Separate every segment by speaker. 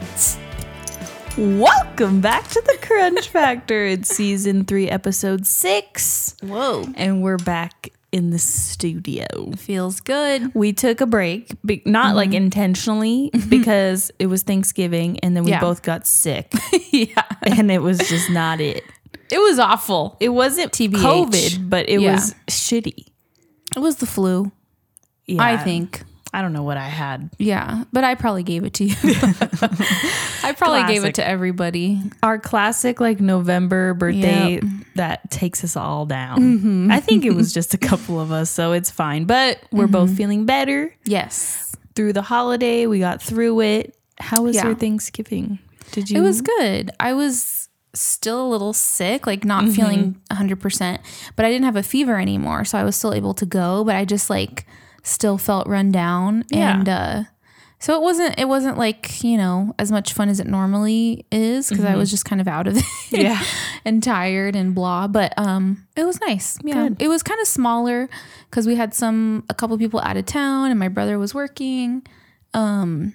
Speaker 1: Nuts. Welcome back to the Crunch Factor. It's season three, episode six,
Speaker 2: Whoa.
Speaker 1: and we're back in the studio.
Speaker 2: Feels good.
Speaker 1: We took a break, be- not like intentionally, because it was Thanksgiving, and then we
Speaker 2: Yeah.
Speaker 1: both got sick,
Speaker 2: yeah.
Speaker 1: and it was just not it.
Speaker 2: It was awful.
Speaker 1: It wasn't
Speaker 2: TBH.
Speaker 1: COVID, but it
Speaker 2: Yeah.
Speaker 1: was shitty.
Speaker 2: It was the flu,
Speaker 1: Yeah,
Speaker 2: I think.
Speaker 1: I don't know what I had.
Speaker 2: Yeah. But I probably gave it to you. I probably gave
Speaker 1: Classic.
Speaker 2: it to everybody.
Speaker 1: our classic like November birthday that takes us all down.
Speaker 2: Mm-hmm.
Speaker 1: I think it was just a couple of us, so it's fine. But we're
Speaker 2: Mm-hmm.
Speaker 1: both feeling better
Speaker 2: Yes.
Speaker 1: through the holiday. We got through it. How was
Speaker 2: Yeah.
Speaker 1: your Thanksgiving? Did you?
Speaker 2: It was good. I was still a little sick, like not feeling 100%, but I didn't have a fever anymore. So I was still able to go, but I just like still felt run down.
Speaker 1: Yeah.
Speaker 2: And, uh, so it wasn't it wasn't like you know as much fun as it normally is because I was just kind of out of it.
Speaker 1: Yeah.
Speaker 2: and tired and blah. But um, it was nice. Yeah, it was kind of smaller because we had some a couple people out of town, and my brother was working. Um,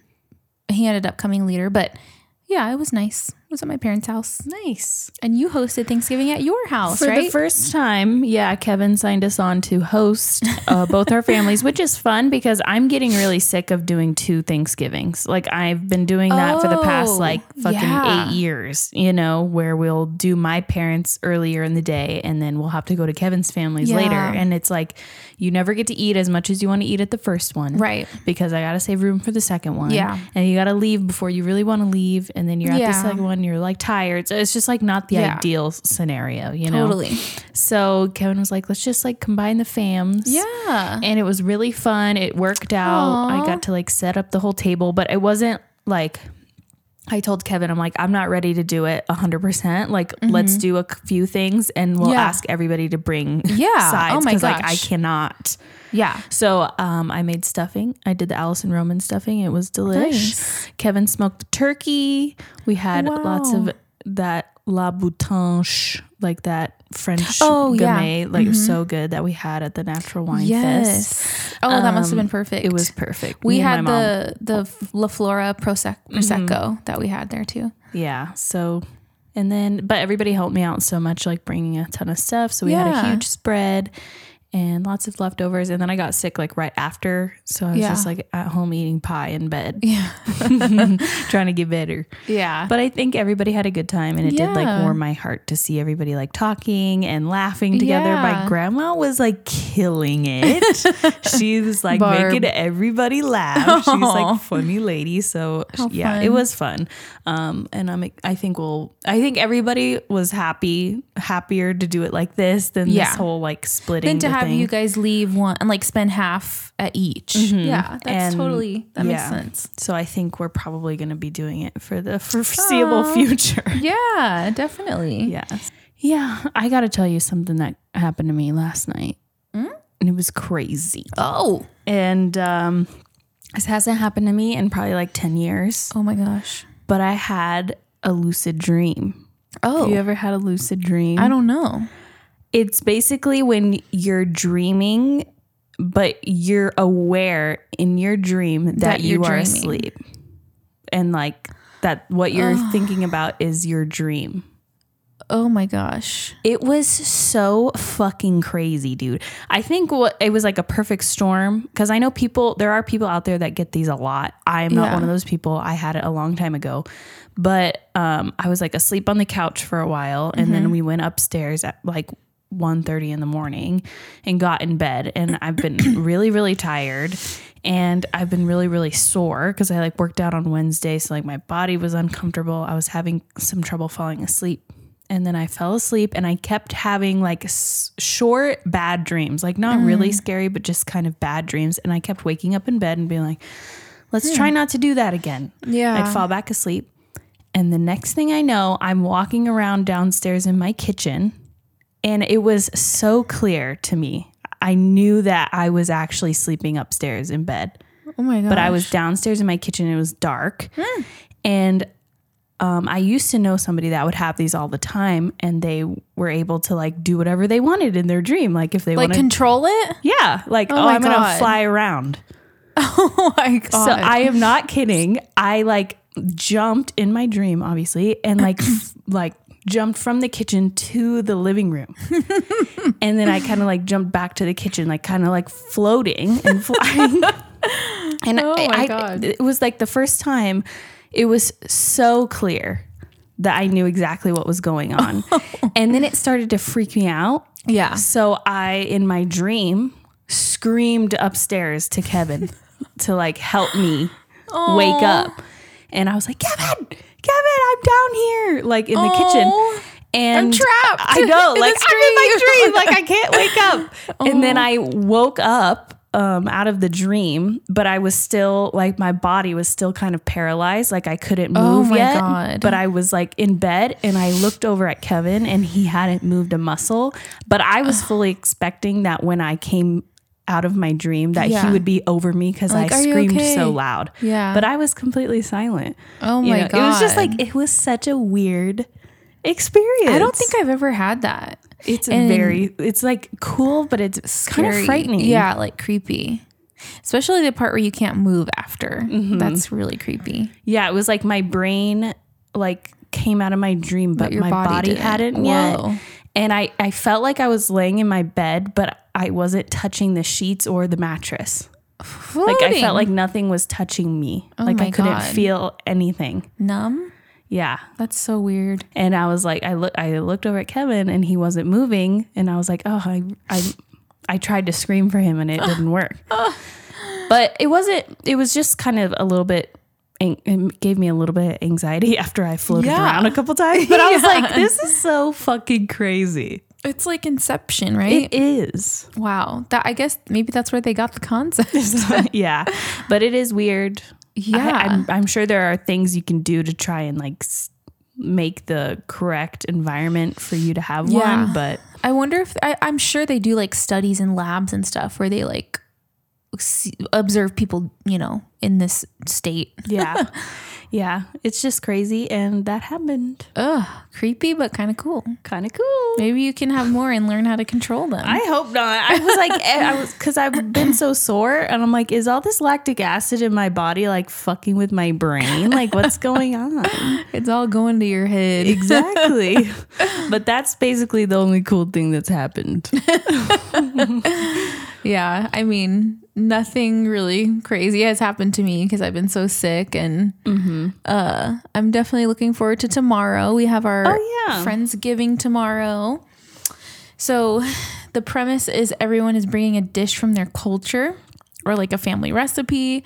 Speaker 2: he ended up coming later, but yeah, it was nice. It was at my parents' house,
Speaker 1: nice
Speaker 2: and you hosted Thanksgiving at your house,
Speaker 1: for the
Speaker 2: right?
Speaker 1: first time. Yeah, Kevin signed us on to host uh, both our families, which is fun because I'm getting really sick of doing two Thanksgivings. Like I've been doing that for the past
Speaker 2: Oh,
Speaker 1: like fucking
Speaker 2: yeah.
Speaker 1: eight years, you know, where we'll do my parents earlier in the day and then we'll have to go to Kevin's families later.
Speaker 2: Yeah.
Speaker 1: And it's like you never get to eat as much as you want to eat at the first one.
Speaker 2: Right.
Speaker 1: Because I gotta save room for the second one.
Speaker 2: Yeah.
Speaker 1: And you gotta leave before you really wanna leave. And then you're at the
Speaker 2: Yeah.
Speaker 1: second one, you're like tired. So it's just like not the
Speaker 2: Yeah.
Speaker 1: ideal scenario, you know?
Speaker 2: Totally.
Speaker 1: So Kevin was like, let's just like combine the fams.
Speaker 2: Yeah.
Speaker 1: And it was really fun. It worked out. I
Speaker 2: Aw.
Speaker 1: got to like set up the whole table, but it wasn't like I told Kevin, I'm like, I'm not ready to do it 100%. Like, let's do a c- few things and we'll
Speaker 2: Mm-hmm. Yeah.
Speaker 1: ask everybody to bring
Speaker 2: Yeah.
Speaker 1: sides.
Speaker 2: Oh my
Speaker 1: like, I
Speaker 2: gosh.
Speaker 1: cannot.
Speaker 2: Yeah.
Speaker 1: So um, I made stuffing. I did the Allison Roman stuffing. It was delish.
Speaker 2: Nice.
Speaker 1: Kevin smoked the turkey. We had
Speaker 2: Wow.
Speaker 1: lots of that La Boutanche, like that French
Speaker 2: Oh, yeah.
Speaker 1: gourmet, like it was so good that we had at the Natural Wine Fest. Um,
Speaker 2: Yes. Oh, that must have been perfect.
Speaker 1: It was perfect.
Speaker 2: We
Speaker 1: Me and
Speaker 2: had
Speaker 1: my mom. Mm-hmm.
Speaker 2: the the La Flora Prosec- prosecco that we had there too.
Speaker 1: yeah. So and then but everybody helped me out so much, like bringing a ton of stuff. So we had a
Speaker 2: Yeah.
Speaker 1: huge spread. And lots of leftovers, and then I got sick like right after, so I was
Speaker 2: Yeah.
Speaker 1: just like at home eating pie in bed,
Speaker 2: Yeah.
Speaker 1: trying to get better.
Speaker 2: Yeah.
Speaker 1: But I think everybody had a good time, and it did like
Speaker 2: Yeah.
Speaker 1: warm my heart to see everybody like talking and laughing together. My
Speaker 2: Yeah.
Speaker 1: grandma was like killing it. she was like
Speaker 2: Barb.
Speaker 1: making everybody laugh. She's
Speaker 2: Aw.
Speaker 1: like funny lady. So yeah, it
Speaker 2: fun.
Speaker 1: was fun. Um, and I'm I think we'll I think everybody was happy happier to do it like this than
Speaker 2: Yeah.
Speaker 1: this whole like splitting.
Speaker 2: than to
Speaker 1: the
Speaker 2: have
Speaker 1: thing.
Speaker 2: you guys leave one and like spend half at each. Yeah, that's
Speaker 1: And-
Speaker 2: totally that
Speaker 1: yeah.
Speaker 2: makes sense.
Speaker 1: So I think we're probably going to be doing it for the foreseeable future.
Speaker 2: Yeah, definitely.
Speaker 1: Yeah. Yeah. I got to tell you something that happened to me last night.
Speaker 2: Mm?
Speaker 1: And it was crazy.
Speaker 2: Oh,
Speaker 1: And um, this hasn't happened to me in probably like 10 years,
Speaker 2: oh my gosh.
Speaker 1: but I had a lucid dream.
Speaker 2: Oh,
Speaker 1: Have you ever had a lucid dream?
Speaker 2: I don't know.
Speaker 1: It's basically when you're dreaming, but you're aware in your dream that,
Speaker 2: That
Speaker 1: you
Speaker 2: you're
Speaker 1: are
Speaker 2: dreaming.
Speaker 1: asleep. And like that, what you're thinking about is your dream.
Speaker 2: Oh my gosh.
Speaker 1: It was so fucking crazy, dude. I think what it was like a perfect storm because I know people. There are people out there that get these a lot. I am not
Speaker 2: Yeah.
Speaker 1: one of those people. I had it a long time ago, but um, I was like asleep on the couch for a while, and then we went upstairs at like 1.30 in the morning and got in bed and i've been really really tired and i've been really really sore because i like worked out on wednesday so like my body was uncomfortable i was having some trouble falling asleep and then I fell asleep and I kept having like s- short bad dreams, like not really scary, but just kind of bad dreams. And I kept waking up in bed and being like, let's try not to do that again.
Speaker 2: Yeah.
Speaker 1: I'd fall back asleep. And the next thing I know, I'm walking around downstairs in my kitchen and it was so clear to me. I knew that I was actually sleeping upstairs in bed
Speaker 2: Oh my gosh. Hmm.
Speaker 1: but I was downstairs in my kitchen. It was dark, and um, I used to know somebody that would have these all the time, and they were able to like do whatever they wanted in their dream, like if they
Speaker 2: like
Speaker 1: wanted,
Speaker 2: control it.
Speaker 1: yeah, like oh,
Speaker 2: my
Speaker 1: I'm gonna
Speaker 2: God.
Speaker 1: fly around.
Speaker 2: Oh my gosh.
Speaker 1: So I am not kidding. I like jumped in my dream, obviously, and like f- like jumped from the kitchen to the living room, and then I kind of like jumped back to the kitchen, like kind of like floating and flying. and
Speaker 2: Oh
Speaker 1: I,
Speaker 2: my
Speaker 1: I-
Speaker 2: God.
Speaker 1: it was like the first time. It was so clear that I knew exactly what was going on, and then it started to freak me out.
Speaker 2: Yeah.
Speaker 1: So I, in my dream, screamed upstairs to Kevin to like help me wake up. And I was like, Kevin, Kevin, I'm down here, like in the
Speaker 2: Aw.
Speaker 1: kitchen. And
Speaker 2: I'm trapped
Speaker 1: I know,
Speaker 2: in
Speaker 1: like
Speaker 2: this
Speaker 1: I'm in my
Speaker 2: dream.
Speaker 1: dream, like I can't wake up. And then I woke up um, out of the dream, but I was still like my body was still kind of paralyzed, like I couldn't move
Speaker 2: Oh my
Speaker 1: yet.
Speaker 2: God.
Speaker 1: But I was like in bed, and I looked over at Kevin, and he hadn't moved a muscle. But I was fully expecting that when I came out of my dream, that
Speaker 2: Yeah.
Speaker 1: he would be over me because
Speaker 2: Like,
Speaker 1: I
Speaker 2: "Are you
Speaker 1: screamed
Speaker 2: okay?"
Speaker 1: so loud.
Speaker 2: Yeah.
Speaker 1: But I was completely silent.
Speaker 2: Oh
Speaker 1: You
Speaker 2: my
Speaker 1: know, It was just
Speaker 2: God.
Speaker 1: like it was such a weird experience.
Speaker 2: I don't think I've ever had that.
Speaker 1: it's
Speaker 2: and-
Speaker 1: very it's like cool, but it's kind
Speaker 2: Scary.
Speaker 1: of frightening.
Speaker 2: Yeah, like creepy. Especially the part where you can't move after. That's really creepy.
Speaker 1: Yeah, it was like my brain like came out of my dream, but,
Speaker 2: your
Speaker 1: my
Speaker 2: body
Speaker 1: body,
Speaker 2: didn't.
Speaker 1: hadn't
Speaker 2: Whoa.
Speaker 1: yet. And I, I felt like I was laying in my bed, but I wasn't touching the sheets or the mattress. Like I
Speaker 2: Floating.
Speaker 1: felt like nothing was touching me. like I
Speaker 2: Oh my
Speaker 1: couldn't
Speaker 2: God.
Speaker 1: feel anything.
Speaker 2: numb.
Speaker 1: Yeah.
Speaker 2: That's so weird.
Speaker 1: And I was like, I look, I looked over at Kevin, and he wasn't moving. And I was like, oh, I, I, I tried to scream for him, and it didn't work. but it wasn't. It was just kind of a little bit. an- It gave me a little bit of anxiety after I floated
Speaker 2: Yeah.
Speaker 1: around a couple times. But I was
Speaker 2: Yeah.
Speaker 1: like, this is so fucking crazy.
Speaker 2: It's like Inception, right?
Speaker 1: It is.
Speaker 2: wow. That I guess maybe that's where they got the concept.
Speaker 1: yeah, but it is weird.
Speaker 2: yeah.
Speaker 1: I, I'm, I'm sure there are things you can do to try and like s- make the correct environment for you to have
Speaker 2: Yeah.
Speaker 1: one, but.
Speaker 2: I wonder if I, I'm sure they do like studies in labs and stuff where they like see, observe people, you know, in this state.
Speaker 1: Yeah. yeah. It's just crazy. And that happened.
Speaker 2: Ugh, creepy but kind of cool.
Speaker 1: Kind of cool.
Speaker 2: Maybe you can have more and learn how to control them.
Speaker 1: I hope not. I was like, eh, I was, cause I've been so sore and I'm like, is all this lactic acid in my body like fucking with my brain? Like, what's going on?
Speaker 2: it's all going to your head.
Speaker 1: Exactly. but that's basically the only cool thing that's happened.
Speaker 2: Yeah, I mean, nothing really crazy has happened to me because I've been so sick, and
Speaker 1: Mm-hmm.
Speaker 2: uh, I'm definitely looking forward to tomorrow. We have our
Speaker 1: Oh, yeah.
Speaker 2: friendsgiving tomorrow. So, the premise is everyone is bringing a dish from their culture or like a family recipe.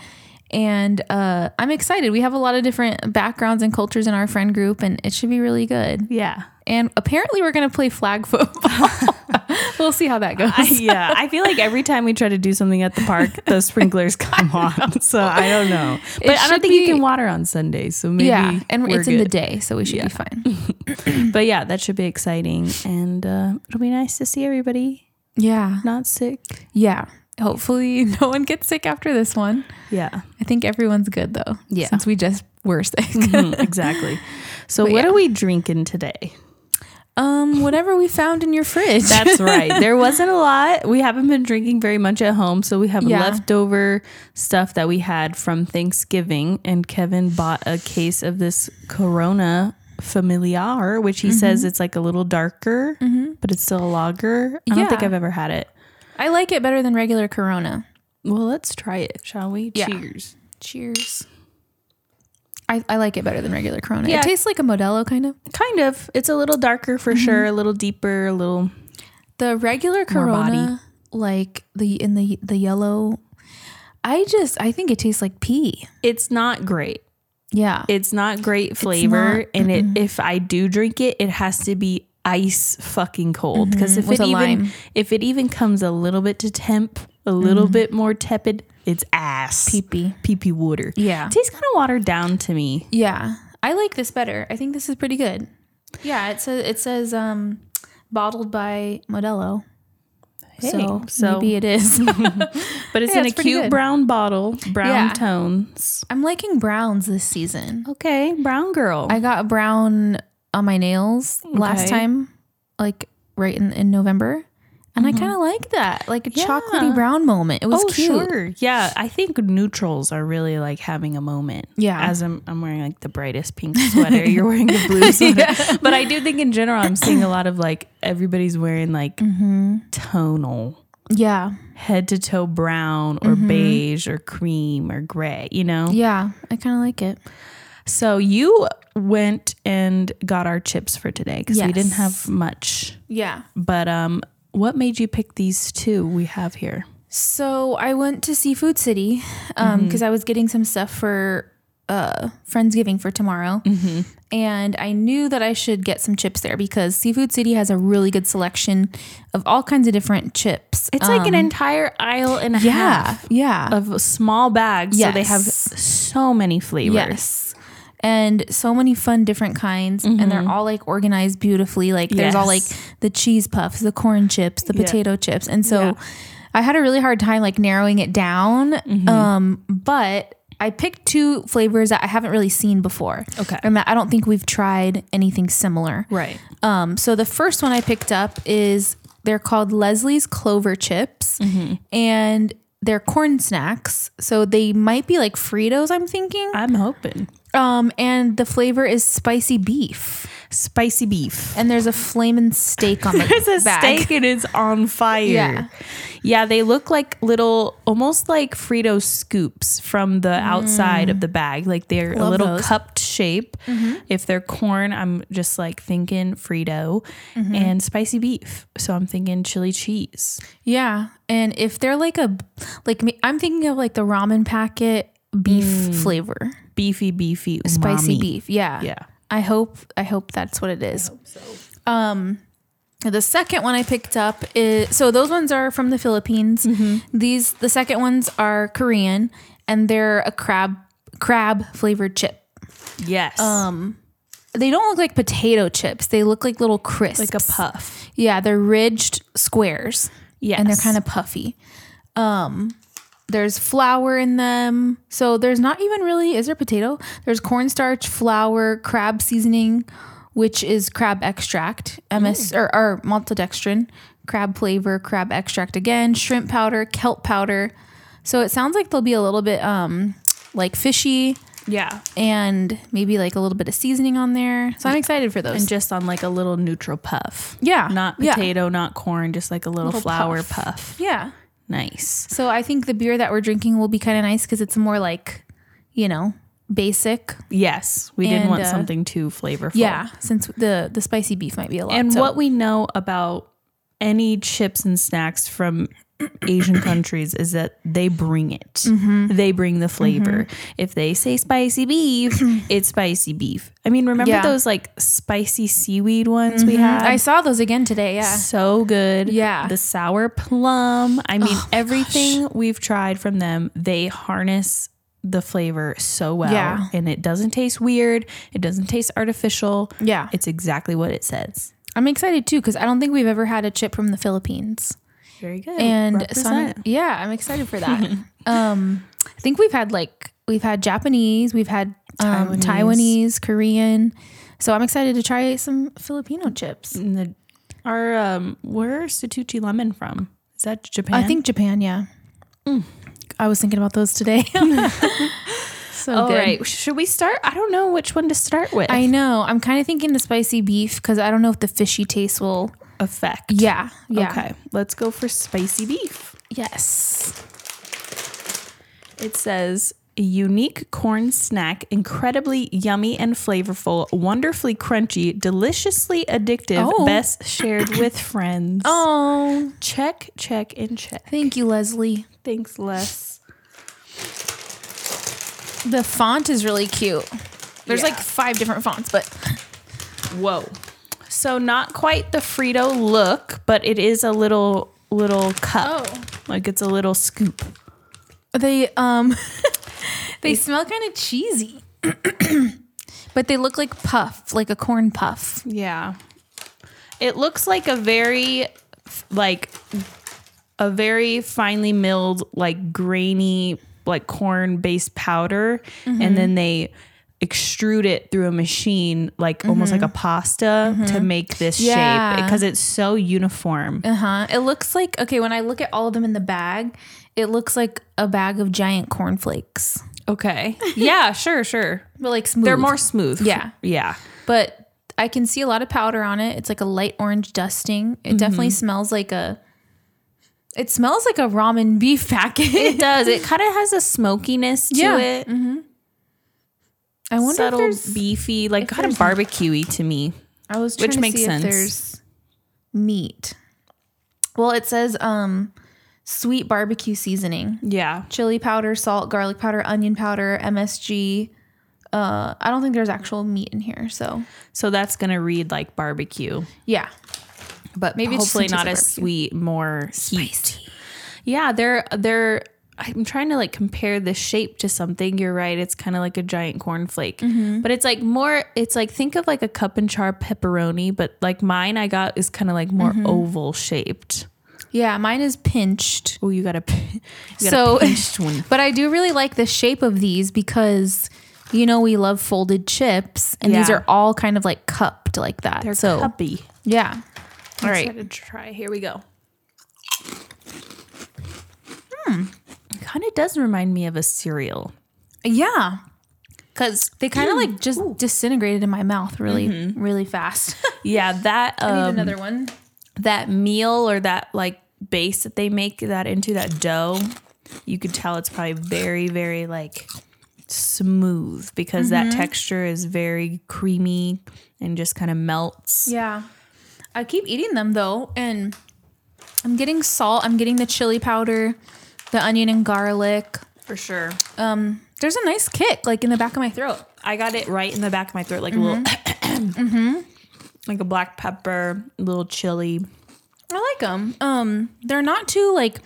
Speaker 2: And uh, I'm excited. We have a lot of different backgrounds and cultures in our friend group, and it should be really good.
Speaker 1: Yeah.
Speaker 2: And apparently, we're going to play flag football. we'll see how that goes.
Speaker 1: yeah. I feel like every time we try to do something at the park, the sprinklers come on. So I don't know. But I don't
Speaker 2: should
Speaker 1: think
Speaker 2: be-
Speaker 1: you can water on Sundays. So maybe.
Speaker 2: yeah, and
Speaker 1: we're
Speaker 2: it's in the
Speaker 1: good.
Speaker 2: day, so we should be fine.
Speaker 1: But yeah, that should be exciting. And uh, it'll be nice to see everybody
Speaker 2: Yeah,
Speaker 1: not sick.
Speaker 2: yeah. Hopefully, no one gets sick after this one.
Speaker 1: Yeah,
Speaker 2: I think everyone's good though.
Speaker 1: Yeah.
Speaker 2: since we just were sick.
Speaker 1: exactly. So, what are we drinking today?
Speaker 2: um, whatever we found in your fridge.
Speaker 1: That's right. There wasn't a lot. We haven't been drinking very much at home. So, we have
Speaker 2: Yeah.
Speaker 1: leftover stuff that we had from Thanksgiving. And Kevin bought a case of this Corona familiar, which he
Speaker 2: Mm-hmm.
Speaker 1: says it's like a little darker, but it's still a lager. I don't think
Speaker 2: Yeah.
Speaker 1: I've ever had it.
Speaker 2: I like it better than regular Corona.
Speaker 1: Well, let's try it, shall we?
Speaker 2: Yeah.
Speaker 1: Cheers.
Speaker 2: Cheers. I, I like it better than regular Corona.
Speaker 1: Yeah.
Speaker 2: It tastes like a Modelo kind of.
Speaker 1: Kind of. It's a little darker for sure, a little deeper, a little
Speaker 2: The regular Corona, like the in the the yellow. I just I think it tastes like pee.
Speaker 1: it's not great.
Speaker 2: Yeah.
Speaker 1: It's not great flavor.
Speaker 2: not.
Speaker 1: and it, if I do drink it, it has to be ice fucking cold. Because if
Speaker 2: With
Speaker 1: it
Speaker 2: a
Speaker 1: even
Speaker 2: lime.
Speaker 1: if it even comes a little bit to temp, a little bit more tepid, it's ass.
Speaker 2: Pee pee.
Speaker 1: Mm-hmm. pee pee water.
Speaker 2: Yeah.
Speaker 1: It tastes kind of watered down to me.
Speaker 2: Yeah, I like this better. I think this is pretty good. Yeah, it says it says um, bottled by Modelo. so,
Speaker 1: so-
Speaker 2: maybe it is.
Speaker 1: But it's
Speaker 2: Yeah,
Speaker 1: in
Speaker 2: it's
Speaker 1: a
Speaker 2: pretty
Speaker 1: cute
Speaker 2: good.
Speaker 1: brown bottle, brown
Speaker 2: Yeah.
Speaker 1: tones.
Speaker 2: I'm liking browns this season.
Speaker 1: Okay, brown girl.
Speaker 2: I got a brown on my nails last
Speaker 1: Okay.
Speaker 2: time, like right in, in November, And
Speaker 1: Mm-hmm.
Speaker 2: I kind of like that, like a chocolatey brown moment. It
Speaker 1: Oh,
Speaker 2: was cute.
Speaker 1: Yeah, I think neutrals are really like having a moment.
Speaker 2: Yeah.
Speaker 1: As I'm, I'm wearing like the brightest pink sweater, you're wearing the blue sweater. But I do think in general, I'm seeing a lot of like everybody's wearing like Mm-hmm. tonal,
Speaker 2: Yeah,
Speaker 1: head to toe brown or beige or cream or gray, you know?
Speaker 2: yeah, I kind of like it.
Speaker 1: So you went and got our chips for today because we didn't
Speaker 2: Yes.
Speaker 1: have much.
Speaker 2: Yeah.
Speaker 1: But um, what made you pick these two we have here?
Speaker 2: So I went to Seafood City because
Speaker 1: Mm-hmm.
Speaker 2: I was getting some stuff for uh, Friendsgiving for tomorrow,
Speaker 1: Mm-hmm.
Speaker 2: and I knew that I should get some chips there because Seafood City has a really good selection of all kinds of different chips.
Speaker 1: It's like an entire aisle and a
Speaker 2: yeah, yeah.
Speaker 1: of small bags. So they have
Speaker 2: Yes.
Speaker 1: so many flavors.
Speaker 2: Yes. And so many fun different kinds. And they're all like organized beautifully. Like there's all like
Speaker 1: Mm-hmm. Yes.
Speaker 2: the cheese puffs, the corn chips, the
Speaker 1: Yeah.
Speaker 2: potato chips. And so I had a really hard time like narrowing it down.
Speaker 1: Mm-hmm.
Speaker 2: Um, but I picked two flavors that I haven't really seen before.
Speaker 1: Okay.
Speaker 2: And that I don't think we've tried anything similar.
Speaker 1: Right.
Speaker 2: Um, so the first one I picked up is they're called Leslie's Clover Chips,
Speaker 1: Mm-hmm.
Speaker 2: and they're corn snacks. So they might be like Fritos, I'm thinking.
Speaker 1: I'm hoping.
Speaker 2: Um, and the flavor is spicy beef,
Speaker 1: Spicy beef.
Speaker 2: and there's a flaming steak on the
Speaker 1: There's a
Speaker 2: back.
Speaker 1: steak and it's on fire.
Speaker 2: Yeah.
Speaker 1: Yeah, they look like little, almost like Frito scoops from the outside of the bag. Like they're a
Speaker 2: Mm. Love
Speaker 1: little
Speaker 2: those. Mm-hmm.
Speaker 1: cupped shape. If they're corn, I'm just like thinking Frito
Speaker 2: Mm-hmm.
Speaker 1: and spicy beef. So I'm thinking chili cheese.
Speaker 2: Yeah, and if they're like a, like me, I'm thinking of like the ramen packet beef flavor,
Speaker 1: Beefy, beefy, Mm. umami.
Speaker 2: spicy beef. Yeah,
Speaker 1: Yeah.
Speaker 2: I hope I hope that's what it is. Um the second one I picked up is so those ones are from the Philippines.
Speaker 1: Mm-hmm.
Speaker 2: These the second ones are Korean and they're a crab crab flavored chip.
Speaker 1: Yes.
Speaker 2: Um, They don't look like potato chips. They look like little crisps.
Speaker 1: like a puff.
Speaker 2: yeah, they're ridged squares
Speaker 1: Yes.
Speaker 2: and they're kind of puffy. Um there's flour in them. So there's not even really is there potato? There's cornstarch, flour, crab seasoning, which is crab extract,
Speaker 1: Mm.
Speaker 2: MS or, or maltodextrin, crab flavor, crab extract again, shrimp powder, kelp powder. So it sounds like they'll be a little bit um like fishy
Speaker 1: yeah.
Speaker 2: and maybe like a little bit of seasoning on there. So I'm excited for those.
Speaker 1: And just on like a little neutral puff.
Speaker 2: Yeah,
Speaker 1: Not
Speaker 2: yeah.
Speaker 1: potato, not corn, just like a little, flour puff.
Speaker 2: yeah.
Speaker 1: Nice.
Speaker 2: So I think the beer that we're drinking will be kind of nice because it's more like, you know, basic.
Speaker 1: Yes. We didn't
Speaker 2: And,
Speaker 1: want
Speaker 2: uh,
Speaker 1: something too flavorful.
Speaker 2: since the the spicy beef might be a lot.
Speaker 1: And
Speaker 2: so-
Speaker 1: what we know about any chips and snacks from Asian countries is that they bring it. They bring the flavor. If they say spicy beef, it's spicy beef. I mean, remember
Speaker 2: Yeah.
Speaker 1: those like spicy seaweed ones we had?
Speaker 2: Mm-hmm. I saw those again today. Yeah,
Speaker 1: so good.
Speaker 2: Yeah. Oh,
Speaker 1: The sour plum. I mean, everything we've tried from them, they harness the flavor so well.
Speaker 2: Yeah.
Speaker 1: And it doesn't taste weird. It doesn't taste artificial.
Speaker 2: yeah.
Speaker 1: It's exactly what it says.
Speaker 2: I'm excited too because I don't think we've ever had a chip from the Philippines.
Speaker 1: Very good.
Speaker 2: And so I'm, yeah, I'm excited for that. um, I think we've had like we've had Japanese, we've had um, Taiwanese.
Speaker 1: Taiwanese.
Speaker 2: Korean. So I'm excited to try some Filipino chips.
Speaker 1: And the, our um where's Satuchi lemon from? Is that Japan?
Speaker 2: I think Japan, Mm. yeah. I was thinking about those today. so
Speaker 1: All
Speaker 2: good.
Speaker 1: Oh, right. Should we start? I don't know which one to start with.
Speaker 2: I know. I'm kind of thinking the spicy beef because I don't know if the fishy taste will.
Speaker 1: Effect.
Speaker 2: Yeah. Yeah.
Speaker 1: Okay. Let's go for spicy beef.
Speaker 2: Yes.
Speaker 1: It says a unique corn snack, incredibly yummy and flavorful, wonderfully crunchy, deliciously addictive,
Speaker 2: Oh.
Speaker 1: best shared with friends.
Speaker 2: Oh,
Speaker 1: Check, check, and check.
Speaker 2: thank you, Leslie.
Speaker 1: Thanks, Les.
Speaker 2: The font is really cute. There's
Speaker 1: Yeah.
Speaker 2: like five different fonts, but
Speaker 1: Whoa. So not quite the Frito look, but it is a little little cup.
Speaker 2: Oh.
Speaker 1: Like it's a little scoop.
Speaker 2: they um they smell kind of cheesy. but they look like puff, like a corn puff.
Speaker 1: Yeah. It looks like a very like a very finely milled like grainy like corn based powder and then they extrude it through a machine, like almost like a pasta, to make this shape
Speaker 2: Yeah.
Speaker 1: because it's so uniform.
Speaker 2: Uh huh. It looks like okay. When I look at all of them in the bag, it looks like a bag of giant cornflakes,
Speaker 1: Okay. Yeah, sure, sure.
Speaker 2: but like smooth.
Speaker 1: They're more smooth.
Speaker 2: Yeah.
Speaker 1: Yeah.
Speaker 2: but I can see a lot of powder on it. It's like a light orange dusting. It definitely smells like a. It smells like a ramen beef
Speaker 1: It
Speaker 2: packet.
Speaker 1: does. It kind of has a smokiness to
Speaker 2: Yeah.
Speaker 1: it.
Speaker 2: I wonder
Speaker 1: Subtle,
Speaker 2: if there's.
Speaker 1: beefy, like kind of
Speaker 2: there's-
Speaker 1: barbecuey to me.
Speaker 2: I was trying
Speaker 1: which
Speaker 2: to
Speaker 1: makes
Speaker 2: see
Speaker 1: sense.
Speaker 2: if there's meat. Well, it says um, sweet barbecue seasoning.
Speaker 1: Yeah.
Speaker 2: chili powder, salt, garlic powder, onion powder, MSG. Uh, I don't think there's actual meat in here, so
Speaker 1: So that's gonna read like barbecue,
Speaker 2: yeah,
Speaker 1: but
Speaker 2: Maybe
Speaker 1: maybe
Speaker 2: it's just
Speaker 1: hopefully
Speaker 2: some
Speaker 1: not
Speaker 2: type of
Speaker 1: as
Speaker 2: barbecue.
Speaker 1: sweet, more heat. Yeah, they're they're. I'm trying to like compare the shape to something. You're right. It's kind of like a giant cornflake,
Speaker 2: Mm-hmm.
Speaker 1: but it's like more. It's like think of like a cup and char pepperoni, but like mine I got is kind of like more
Speaker 2: Mm-hmm.
Speaker 1: oval shaped.
Speaker 2: yeah. Mine is pinched,
Speaker 1: Oh, you got a you got
Speaker 2: So-
Speaker 1: a pinched one.
Speaker 2: but I do really like the shape of these because you know we love folded chips, and these
Speaker 1: Yeah.
Speaker 2: are all kind of like cupped like that.
Speaker 1: They're
Speaker 2: so
Speaker 1: cuppy.
Speaker 2: yeah,
Speaker 1: All right, try. Here we go. Hmm, kind of does remind me of a cereal.
Speaker 2: yeah.
Speaker 1: Cause
Speaker 2: They kind of like just disintegrated in my mouth really, really fast.
Speaker 1: yeah, that um,
Speaker 2: Mm-hmm. another one.
Speaker 1: that meal or that like base that they make that into that dough, you could tell it's probably very, very like smooth because that texture is very creamy and just kind of melts.
Speaker 2: Yeah. I keep eating them though, and I'm getting salt, I'm getting the chili powder, the onion and garlic.
Speaker 1: For sure.
Speaker 2: There's a nice kick like in the back of my throat.
Speaker 1: I got it right in the back of my throat, like a little Mm-hmm. like a black pepper, a little chili.
Speaker 2: I like them. Um they're not too like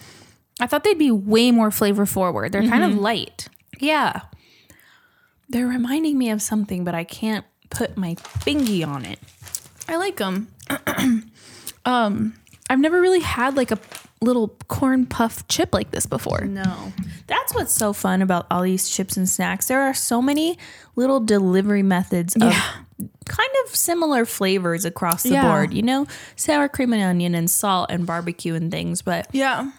Speaker 2: I thought they'd be way more flavor forward. They're kind of light.
Speaker 1: Yeah. They're reminding me of something, but I can't put my fingy on it.
Speaker 2: I like them. um I've never really had like a little corn puff chip like this before.
Speaker 1: No. That's what's so fun about all these chips and snacks. There are so many little delivery methods of kind of similar flavors across the
Speaker 2: Yeah.
Speaker 1: board, you know, sour cream and onion and salt and barbecue and things, but
Speaker 2: Yeah.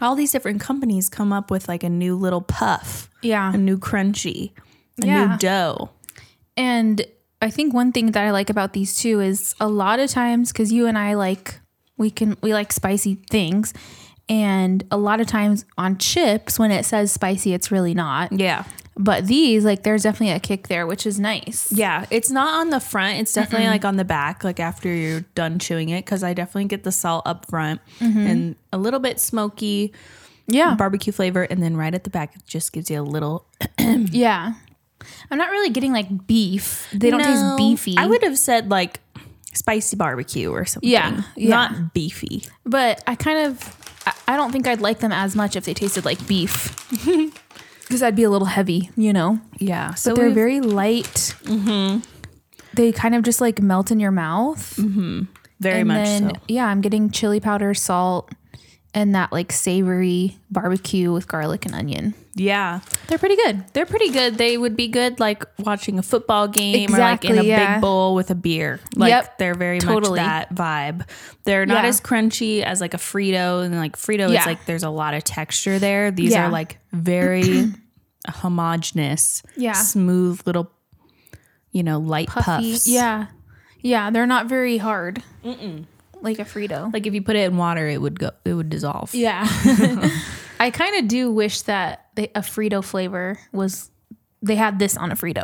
Speaker 1: all these different companies come up with like a new little puff,
Speaker 2: Yeah.
Speaker 1: a new crunchy, a
Speaker 2: Yeah.
Speaker 1: new dough.
Speaker 2: And I think one thing that I like about these two is a lot of times because you and I like we can we like spicy things, and a lot of times on chips when it says spicy, it's really not.
Speaker 1: Yeah.
Speaker 2: But these like there's definitely a kick there, which is nice.
Speaker 1: Yeah, it's not on the front. It's definitely like on the back, like after you're done chewing it, because I definitely get the salt up front and a little bit smoky
Speaker 2: Yeah,
Speaker 1: barbecue flavor. And then right at the back, it just gives you a little
Speaker 2: yeah. I'm not really getting like beef. They don't taste
Speaker 1: No.
Speaker 2: beefy.
Speaker 1: I would have said like spicy barbecue or something.
Speaker 2: Yeah, yeah.
Speaker 1: Not beefy.
Speaker 2: but I kind of I, I don't think I'd like them as much if they tasted like beef, because I'd be a little heavy, you know.
Speaker 1: Yeah. So
Speaker 2: they're
Speaker 1: we've-
Speaker 2: very light. Mm-hmm. They kind of just like melt in your mouth.
Speaker 1: very
Speaker 2: and
Speaker 1: much
Speaker 2: then,
Speaker 1: so.
Speaker 2: Yeah, I'm getting chili powder, salt, and that like savory barbecue with garlic and onion.
Speaker 1: Yeah.
Speaker 2: They're pretty good.
Speaker 1: They're pretty good. They would be good like watching a football game or like in
Speaker 2: Exactly,
Speaker 1: a
Speaker 2: yeah.
Speaker 1: big bowl with a beer. Like
Speaker 2: Yep,
Speaker 1: they're very
Speaker 2: totally.
Speaker 1: much that vibe. They're not
Speaker 2: Yeah.
Speaker 1: as crunchy as like a Frito and like Frito
Speaker 2: Yeah.
Speaker 1: is like there's a lot of texture there. These
Speaker 2: Yeah.
Speaker 1: are like very homogenous,
Speaker 2: Yeah.
Speaker 1: smooth little you know, light
Speaker 2: Puffy.
Speaker 1: puffs.
Speaker 2: Yeah. Yeah, they're not very hard. Like a Frito.
Speaker 1: Like if you put it in water, it would go it would dissolve.
Speaker 2: yeah. I kind of do wish that they, a Frito flavor was, they had this on a Frito.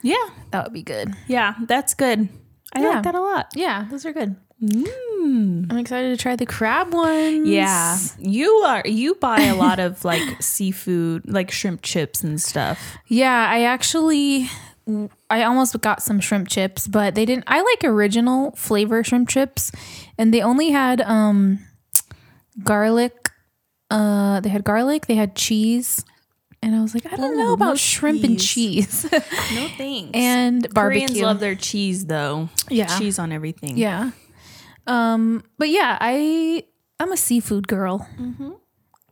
Speaker 1: Yeah.
Speaker 2: That would be good.
Speaker 1: Yeah, that's good. I
Speaker 2: Yeah.
Speaker 1: like that a lot.
Speaker 2: Yeah, those are good. I'm excited to try the crab ones.
Speaker 1: Yeah. You are you buy a lot of like seafood, like shrimp chips and stuff.
Speaker 2: Yeah, I actually I almost got some shrimp chips, but they didn't I like original flavor shrimp chips and they only had um garlic uh they had garlic, they had cheese. And I was like, I don't know about shrimp and cheese
Speaker 1: No thanks.
Speaker 2: and barbecue.
Speaker 1: Koreans love their cheese though.
Speaker 2: Yeah.
Speaker 1: Cheese on everything. Mm-hmm.
Speaker 2: yeah. Um but yeah, I I'm a seafood girl.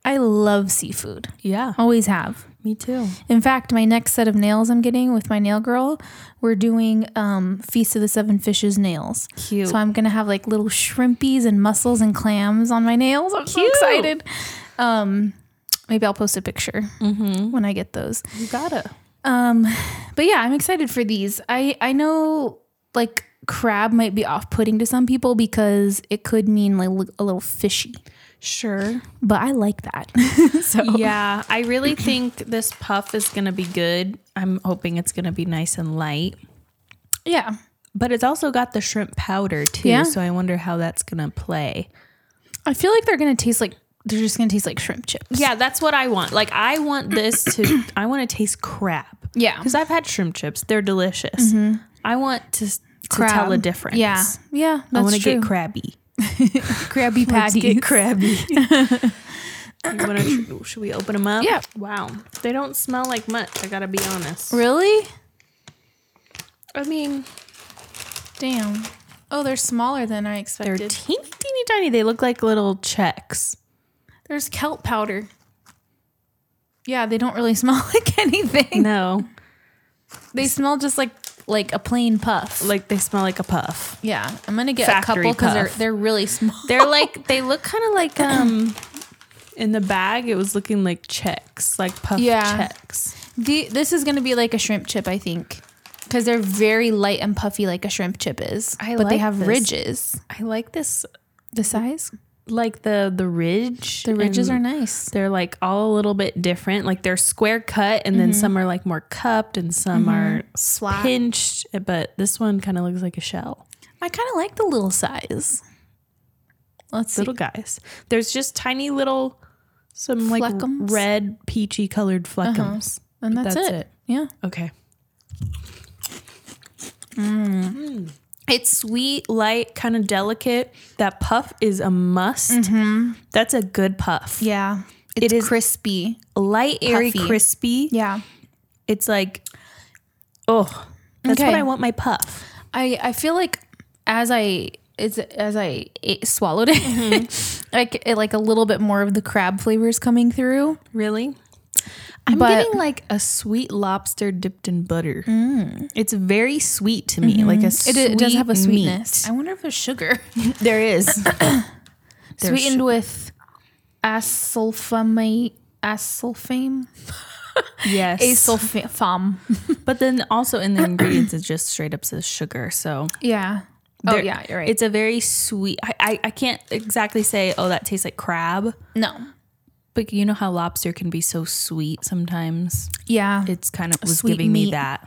Speaker 2: I love seafood.
Speaker 1: Yeah.
Speaker 2: Always have.
Speaker 1: Me too.
Speaker 2: In fact, my next set of nails I'm getting with my nail girl, we're doing um, Feast of the Seven Fishes nails.
Speaker 1: Cute.
Speaker 2: So I'm gonna have like little shrimpies and mussels and clams on my nails. I'm so
Speaker 1: Cute.
Speaker 2: excited. Um, maybe I'll post a picture
Speaker 1: Mm-hmm.
Speaker 2: when I get those.
Speaker 1: you gotta.
Speaker 2: Um, but yeah, I'm excited for these. I I know like crab might be off-putting to some people because it could mean like a little fishy,
Speaker 1: Sure.
Speaker 2: but I like that. so
Speaker 1: Oh. Yeah, I really think this puff is going to be good. I'm hoping it's going to be nice and light.
Speaker 2: yeah.
Speaker 1: But it's also got the shrimp powder too,
Speaker 2: Yeah.
Speaker 1: so I wonder how that's going to play.
Speaker 2: I feel like they're gonna taste like they're just gonna taste like shrimp chips.
Speaker 1: Yeah, that's what I want. Like I want this to I want to taste crab.
Speaker 2: Yeah.
Speaker 1: Cuz I've had shrimp chips. They're delicious. I want to, s- to
Speaker 2: Crab.
Speaker 1: tell the difference.
Speaker 2: Yeah, yeah, that's
Speaker 1: I want to
Speaker 2: true.
Speaker 1: get crabby.
Speaker 2: crabby
Speaker 1: Let's
Speaker 2: patties.
Speaker 1: get crabby. you wanna, should, should we open them up?
Speaker 2: Yeah.
Speaker 1: Wow. They don't smell like much, I got to be honest.
Speaker 2: really?
Speaker 1: I mean,
Speaker 2: Damn. Oh, they're smaller than I
Speaker 1: They're
Speaker 2: expected.
Speaker 1: teeny, teeny, tiny. They look like little checks.
Speaker 2: There's kelp powder. Yeah, they don't really smell like anything.
Speaker 1: No,
Speaker 2: They smell just like like a plain puff.
Speaker 1: like they smell like a puff.
Speaker 2: Yeah, I'm gonna get
Speaker 1: Factory
Speaker 2: a couple because they're
Speaker 1: puff.
Speaker 2: they're really small.
Speaker 1: They're like they look kind of like um. In the bag, it was looking like checks, like puff
Speaker 2: Yeah.
Speaker 1: checks.
Speaker 2: The, this is gonna be like a shrimp chip, I think, because they're very light and puffy like a shrimp chip is.
Speaker 1: I
Speaker 2: but they
Speaker 1: like
Speaker 2: have
Speaker 1: this.
Speaker 2: ridges.
Speaker 1: I like this,
Speaker 2: The size,
Speaker 1: like the the ridge.
Speaker 2: the ridges
Speaker 1: and
Speaker 2: are nice.
Speaker 1: They're like all a little bit different. Like they're square cut, and then some are like more cupped, and some are
Speaker 2: Mm-hmm. Flat.
Speaker 1: pinched. But this one kind of looks like a shell.
Speaker 2: I kind of like the little size. Let's see.
Speaker 1: little guys. There's just tiny little, some like
Speaker 2: Fleckums?
Speaker 1: red peachy colored fleckums.
Speaker 2: And that's,
Speaker 1: that's
Speaker 2: it.
Speaker 1: it.
Speaker 2: Yeah.
Speaker 1: Okay.
Speaker 2: Mm.
Speaker 1: It's sweet, light, kind of delicate. That puff is a must. That's a good puff.
Speaker 2: Mm-hmm. Yeah.
Speaker 1: It
Speaker 2: It's
Speaker 1: is-
Speaker 2: crispy.
Speaker 1: Light, airy,
Speaker 2: Puffy.
Speaker 1: crispy.
Speaker 2: Yeah.
Speaker 1: It's like, oh, that's
Speaker 2: Okay.
Speaker 1: what I want my puff.
Speaker 2: I I feel like as I as, as I ate, swallowed it, like it, like a little bit more of the crab flavors coming through.
Speaker 1: Really? I'm
Speaker 2: But-
Speaker 1: getting like a sweet lobster dipped in butter. It's very sweet to me, like a
Speaker 2: Mm. Mm-hmm. It,
Speaker 1: sweet
Speaker 2: it does have a
Speaker 1: meat.
Speaker 2: sweetness. I wonder if it's sugar
Speaker 1: There is. There's
Speaker 2: sweetened with asulfamate asulfame
Speaker 1: yes.
Speaker 2: asulfame.
Speaker 1: But then also in the ingredients, it just straight up says sugar. So
Speaker 2: Yeah. Oh
Speaker 1: there-
Speaker 2: yeah, you're right.
Speaker 1: It's a very sweet. I, I, I can't exactly say, oh, that tastes like crab.
Speaker 2: no.
Speaker 1: But you know how lobster can be so sweet sometimes?
Speaker 2: Yeah.
Speaker 1: It's kind of was
Speaker 2: Sweet
Speaker 1: giving
Speaker 2: meat.
Speaker 1: me that.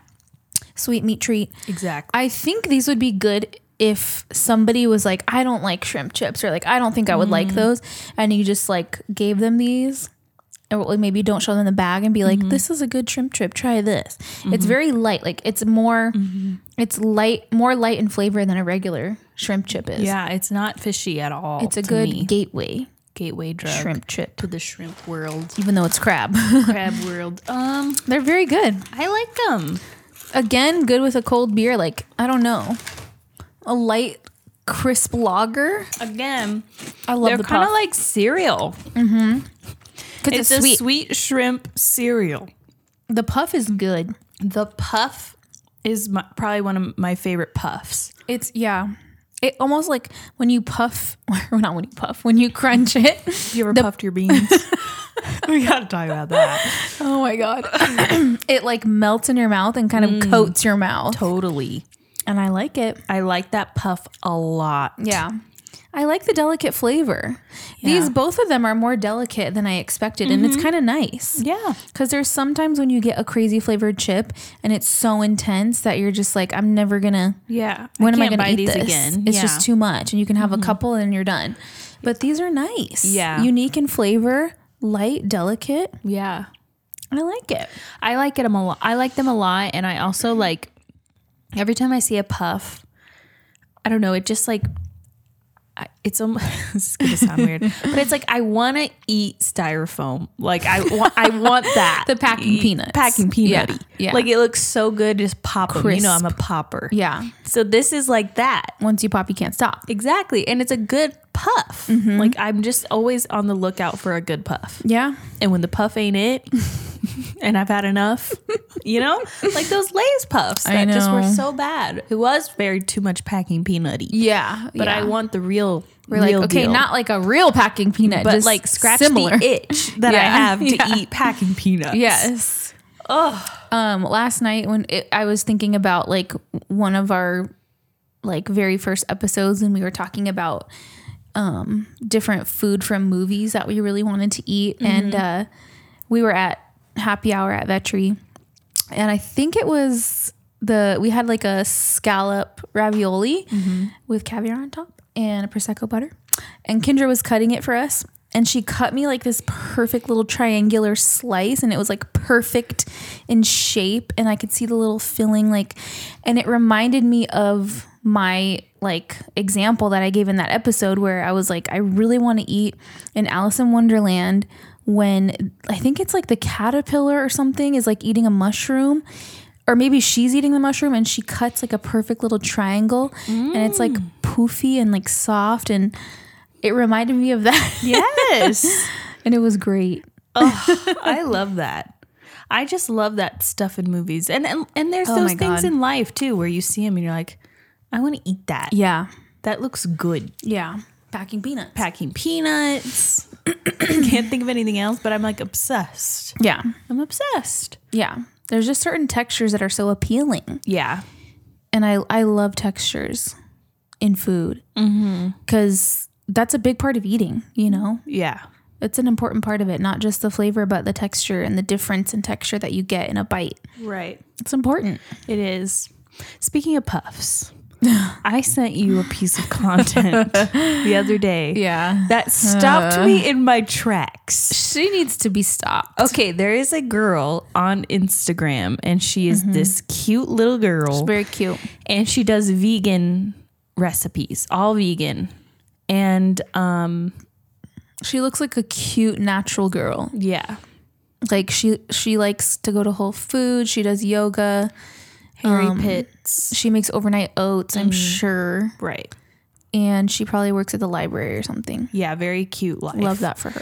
Speaker 2: Sweet meat treat.
Speaker 1: Exactly.
Speaker 2: I think these would be good if somebody was like, I don't like shrimp chips, or like, I don't think I would
Speaker 1: Mm.
Speaker 2: like those. And you just like gave them these, or like, maybe don't show them the bag and be like,
Speaker 1: Mm-hmm.
Speaker 2: this is a good shrimp chip. Try this. It's very light. Like, it's more,
Speaker 1: Mm-hmm.
Speaker 2: it's light, more light in flavor than a regular shrimp chip is.
Speaker 1: yeah, it's not fishy at all.
Speaker 2: It's a
Speaker 1: to
Speaker 2: good
Speaker 1: me.
Speaker 2: gateway
Speaker 1: gateway drug
Speaker 2: shrimp chip,
Speaker 1: to the shrimp world,
Speaker 2: even though it's crab.
Speaker 1: crab world. Um,
Speaker 2: They're very good.
Speaker 1: I like them.
Speaker 2: Again, good with a cold beer. Like, I don't know, a light, crisp lager.
Speaker 1: Again,
Speaker 2: I love
Speaker 1: they're
Speaker 2: the
Speaker 1: kind
Speaker 2: puff.
Speaker 1: of like cereal.
Speaker 2: 'Cause
Speaker 1: It's, a sweet. shrimp cereal.
Speaker 2: The puff is good.
Speaker 1: The puff is my, probably one of my favorite puffs.
Speaker 2: It's yeah. It almost like when you puff, or not when you puff, when you crunch it.
Speaker 1: You ever puffed your beans? we gotta talk about that.
Speaker 2: Oh my god! Mm. it like melts in your mouth and kind of coats your mouth,
Speaker 1: Totally.
Speaker 2: and I like it.
Speaker 1: I like that puff a lot.
Speaker 2: Yeah, I like the delicate flavor. These both of them are more delicate than I expected, and it's kind of nice.
Speaker 1: Yeah.
Speaker 2: Because there's sometimes when you get a crazy flavored chip and it's so intense that you're just like, I'm never gonna
Speaker 1: Yeah.
Speaker 2: when am I
Speaker 1: can't
Speaker 2: going to
Speaker 1: buy
Speaker 2: eat
Speaker 1: these
Speaker 2: this?
Speaker 1: again?
Speaker 2: It's
Speaker 1: Yeah.
Speaker 2: just too much, and you can have a couple and you're done. But these are nice.
Speaker 1: Yeah.
Speaker 2: unique in flavor, light, delicate.
Speaker 1: Yeah.
Speaker 2: I like it.
Speaker 1: I like it 'em a lot. I like them a lot, and I also like every time I see a puff. I don't know. It just like I- it's almost this is gonna sound weird, but it's like I want to eat styrofoam. Like I want, I want that
Speaker 2: The packing peanuts.
Speaker 1: packing
Speaker 2: Yeah,
Speaker 1: peanutty.
Speaker 2: yeah.
Speaker 1: like it looks so good. Just pop 'em. You know, I'm a popper.
Speaker 2: Yeah.
Speaker 1: So this is like that
Speaker 2: Once you pop, you can't stop.
Speaker 1: exactly, and it's a good puff. Like I'm just always on the lookout for a good puff.
Speaker 2: Yeah.
Speaker 1: And when the puff ain't it, and I've had enough, you know, like those Lay's puffs
Speaker 2: I
Speaker 1: that just were
Speaker 2: know.
Speaker 1: so bad. It was very too much packing peanutty.
Speaker 2: Yeah.
Speaker 1: But I want the real.
Speaker 2: We're like,
Speaker 1: real
Speaker 2: okay,
Speaker 1: deal
Speaker 2: not like a real packing peanut,
Speaker 1: but
Speaker 2: just
Speaker 1: like scratch
Speaker 2: similar.
Speaker 1: the itch that I
Speaker 2: Yeah.
Speaker 1: have to
Speaker 2: Yeah.
Speaker 1: eat packing peanuts.
Speaker 2: Yes. Oh. Um, last night when it, I was thinking about like one of our like very first episodes and we were talking about um different food from movies that we really wanted to eat and uh we were at happy hour at Vetri and I think it was the we had like a scallop ravioli with caviar on top and a prosecco butter, and Kendra was cutting it for us, and she cut me like this perfect little triangular slice, and it was like perfect in shape, and I could see the little filling like, and it reminded me of my like example that I gave in that episode where I was like, I really want to eat an Alice in Wonderland when I think it's like the caterpillar or something is like eating a mushroom. Or maybe she's eating the mushroom and she cuts like a perfect little triangle and it's like poofy and like soft and it reminded me of that
Speaker 1: Yes.
Speaker 2: and it was great.
Speaker 1: I love that. I just love that stuff in movies. And and, and there's those
Speaker 2: Oh my
Speaker 1: things
Speaker 2: God.
Speaker 1: in life too where you see them and you're like, I want to eat that.
Speaker 2: Yeah.
Speaker 1: That looks good.
Speaker 2: Yeah. Packing peanuts.
Speaker 1: Packing peanuts. Can't think of anything else, but I'm like obsessed.
Speaker 2: yeah.
Speaker 1: I'm obsessed.
Speaker 2: Yeah. There's just certain textures that are so appealing.
Speaker 1: Yeah.
Speaker 2: and I I love textures in food Mm-hmm. because that's a big part of eating. You know,
Speaker 1: Yeah.
Speaker 2: it's an important part of it, not just the flavor, but the texture and the difference in texture that you get in a bite.
Speaker 1: Right.
Speaker 2: It's important.
Speaker 1: It is. Speaking of puffs, I sent you a piece of content the other day.
Speaker 2: Yeah,
Speaker 1: that stopped me in my tracks.
Speaker 2: she needs to be stopped.
Speaker 1: Okay, there is a girl on Instagram, and she is this cute little girl,
Speaker 2: Very cute.
Speaker 1: and she does vegan recipes, all vegan. And um,
Speaker 2: She looks like a cute natural girl.
Speaker 1: yeah,
Speaker 2: Like she she likes to go to Whole Foods. She does yoga.
Speaker 1: Harry Pitts,
Speaker 2: She makes overnight oats. I'm sure,
Speaker 1: right?
Speaker 2: and she probably works at the library or something.
Speaker 1: Yeah, very cute life.
Speaker 2: Love that for her.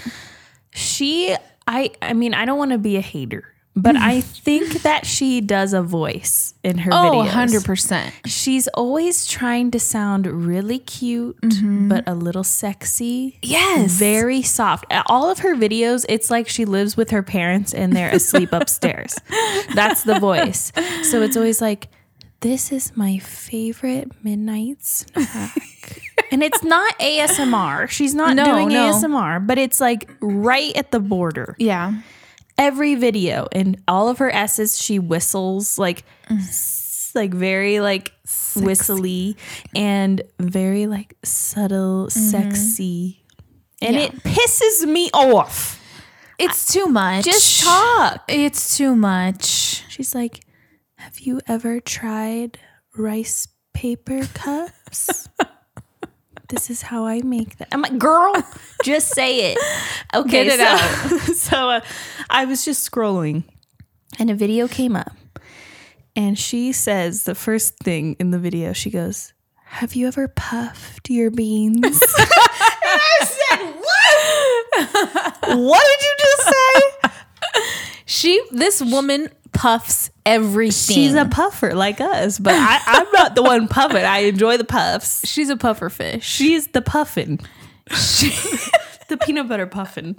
Speaker 1: She, I, I mean, I don't want to be a hater, but I think that she does a voice in
Speaker 2: Oh,
Speaker 1: her videos.
Speaker 2: percent.
Speaker 1: She's always trying to sound really cute, but a little sexy.
Speaker 2: Yes.
Speaker 1: very soft. All of her videos, it's like she lives with her parents and they're asleep upstairs. That's the voice. So it's always like, this is my favorite midnight snack. and it's not ASMR. She's not
Speaker 2: No,
Speaker 1: doing
Speaker 2: no.
Speaker 1: ASMR, but it's like right at the border.
Speaker 2: Yeah.
Speaker 1: Every video and all of her S's, she whistles like like very like whistly and very like subtle, sexy. And
Speaker 2: Yeah.
Speaker 1: it pisses me off.
Speaker 2: It's too much.
Speaker 1: Just talk.
Speaker 2: It's too much.
Speaker 1: She's like, Have you ever tried rice paper cups? this is how I make that. I'm like, Girl, just say it. Okay.
Speaker 2: Get it
Speaker 1: so so uh, I was just scrolling and a video came up. And she says the first thing in the video, she goes, Have you ever puffed your beans? what did you just say?
Speaker 2: She, this woman puffs everything.
Speaker 1: She's a puffer like us, but I, I'm not the one puffing. I enjoy the puffs.
Speaker 2: she's a puffer fish.
Speaker 1: She's the puffin,
Speaker 2: She,
Speaker 1: the peanut butter puffin.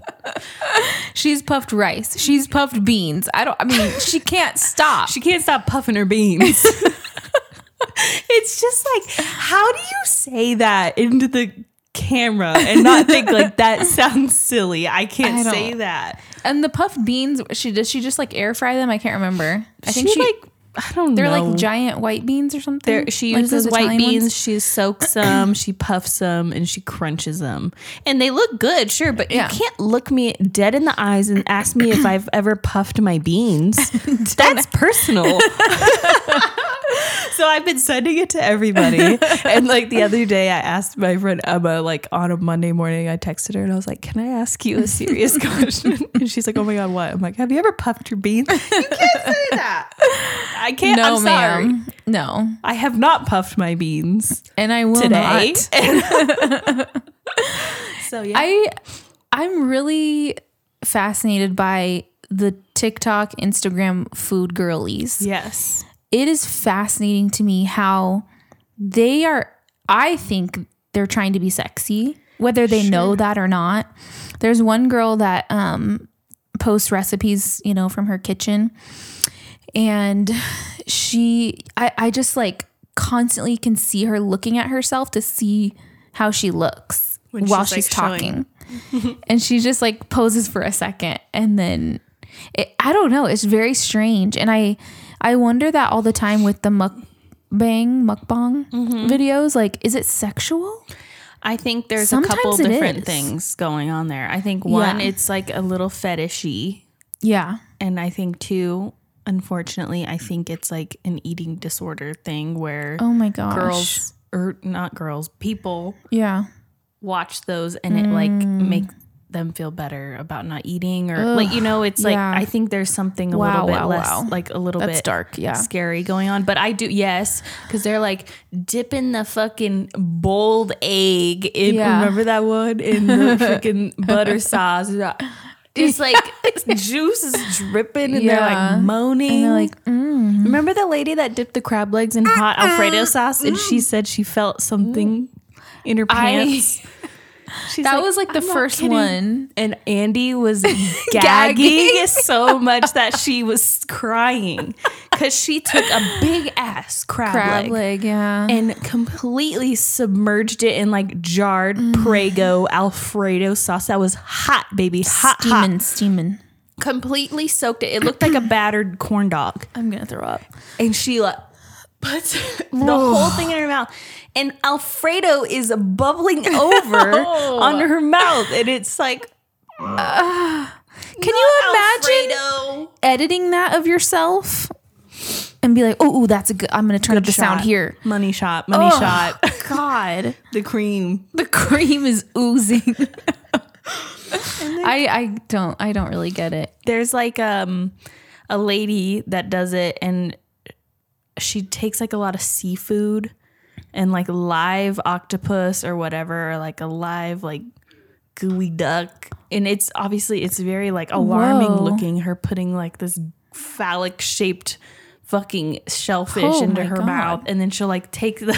Speaker 2: she's puffed rice. She's puffed beans. I don't. I mean, she can't stop.
Speaker 1: She can't stop puffing her beans. it's just like, how do you say that into the camera and not think like that sounds silly? I
Speaker 2: I
Speaker 1: can't
Speaker 2: don't-
Speaker 1: say that.
Speaker 2: and the puffed beans. She does. She just like air fry them. I can't remember. I think she.
Speaker 1: like, I don't
Speaker 2: they're
Speaker 1: know.
Speaker 2: like giant white beans or something.
Speaker 1: There, she
Speaker 2: Like
Speaker 1: uses
Speaker 2: those
Speaker 1: white
Speaker 2: Italian
Speaker 1: beans.
Speaker 2: ones.
Speaker 1: She soaks them. She puffs them, and she crunches them. And they look good, sure, but
Speaker 2: Yeah.
Speaker 1: you can't look me dead in the eyes and ask me if I've ever puffed my beans. That's personal. so I've been sending it to everybody. and like the other day, I asked my friend Emma, like on a Monday morning, I texted her and I was like, Can I ask you a serious question? And she's like, Oh my God, what? I'm like, Have you ever puffed your beans? You can't say that. I can't.
Speaker 2: no,
Speaker 1: I'm sorry.
Speaker 2: ma'am. No.
Speaker 1: I have not puffed my beans
Speaker 2: And I will
Speaker 1: today.
Speaker 2: not.
Speaker 1: so, yeah.
Speaker 2: I I'm really fascinated by the TikTok, Instagram food girlies.
Speaker 1: yes.
Speaker 2: It is fascinating to me how they are I think they're trying to be sexy, whether they know that or not. There's one girl that um posts recipes, you know, from her kitchen. And she I, I just like constantly can see her looking at herself to see how she looks
Speaker 1: When
Speaker 2: while
Speaker 1: she's, like,
Speaker 2: she's
Speaker 1: showing-
Speaker 2: talking and she just like poses for a second and then it, i don't know it's very strange and i i wonder that all the time with the mukbang mukbang videos like is it sexual
Speaker 1: I think there's a
Speaker 2: Sometimes
Speaker 1: couple
Speaker 2: it
Speaker 1: different
Speaker 2: is.
Speaker 1: things going on there. I think one,
Speaker 2: Yeah.
Speaker 1: it's like a little fetishy.
Speaker 2: yeah
Speaker 1: And I think two, unfortunately, I think it's like an eating disorder thing where
Speaker 2: oh my gosh
Speaker 1: girls or not girls, people
Speaker 2: yeah
Speaker 1: watch those and it like
Speaker 2: Mm.
Speaker 1: make them feel better about not eating or like you know it's like
Speaker 2: yeah.
Speaker 1: I think there's something a
Speaker 2: Wow,
Speaker 1: little bit
Speaker 2: wow,
Speaker 1: less
Speaker 2: wow.
Speaker 1: like a little
Speaker 2: That's
Speaker 1: bit
Speaker 2: dark, yeah.
Speaker 1: scary going on but I do yes because they're like dipping the fucking boiled egg in
Speaker 2: Yeah.
Speaker 1: remember that one in the freaking butter sauce just like juice is dripping and they're
Speaker 2: Yeah.
Speaker 1: like moaning
Speaker 2: and they're like mm.
Speaker 1: Remember the lady that dipped the crab legs in hot Alfredo sauce and she said she felt something in her
Speaker 2: Mm. I-
Speaker 1: pants? She's
Speaker 2: that was like the
Speaker 1: "I'm not
Speaker 2: first
Speaker 1: kidding."
Speaker 2: one
Speaker 1: And Andy was gagging
Speaker 2: Gagging.
Speaker 1: so much that she was crying because she took a big ass crab,
Speaker 2: crab
Speaker 1: leg,
Speaker 2: leg yeah
Speaker 1: and completely submerged it in like jarred Prego Alfredo sauce that was hot, baby. Hot, hot.
Speaker 2: steaming steaming
Speaker 1: Completely soaked it. It looked like a battered corn dog
Speaker 2: i'm gonna throw up
Speaker 1: and she like puts the whole thing in her mouth and alfredo is bubbling over on her mouth and it's like
Speaker 2: can you imagine
Speaker 1: alfredo
Speaker 2: editing that of yourself and be like oh ooh, that's a good i'm gonna turn up the sound here Oh.
Speaker 1: money shot money shot
Speaker 2: god
Speaker 1: the cream
Speaker 2: the cream is oozing. I I don't I don't really get it.
Speaker 1: there's like um a lady that does it and she takes like a lot of seafood and like live octopus or whatever or like a live like gooey duck and it's obviously it's very like alarming
Speaker 2: Whoa.
Speaker 1: looking her putting like this phallic shaped fucking shellfish
Speaker 2: Oh
Speaker 1: into
Speaker 2: my
Speaker 1: her
Speaker 2: God. Oh
Speaker 1: mouth and then she'll like take the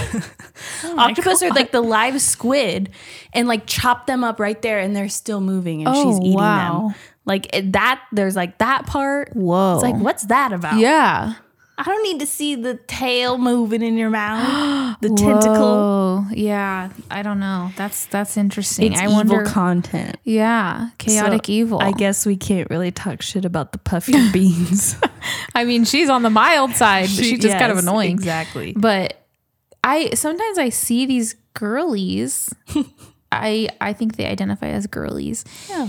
Speaker 1: octopus or like the live squid and like chop them up right there and they're still moving and she's
Speaker 2: Oh,
Speaker 1: eating
Speaker 2: wow.
Speaker 1: them like it, that there's like that part
Speaker 2: Whoa.
Speaker 1: it's like what's that about
Speaker 2: yeah.
Speaker 1: i don't need to see the tail moving in your mouth the tentacle
Speaker 2: Oh, yeah. I don't know. That's that's interesting.
Speaker 1: it's
Speaker 2: I
Speaker 1: evil
Speaker 2: wonder.
Speaker 1: content
Speaker 2: yeah, chaotic
Speaker 1: So,
Speaker 2: evil.
Speaker 1: i guess we can't really talk shit about the puffy beans
Speaker 2: I mean, she's on the mild side. She, she's just kind of
Speaker 1: Yes,
Speaker 2: annoying.
Speaker 1: exactly
Speaker 2: But I sometimes I see these girlies. I I think they identify as girlies.
Speaker 1: yeah.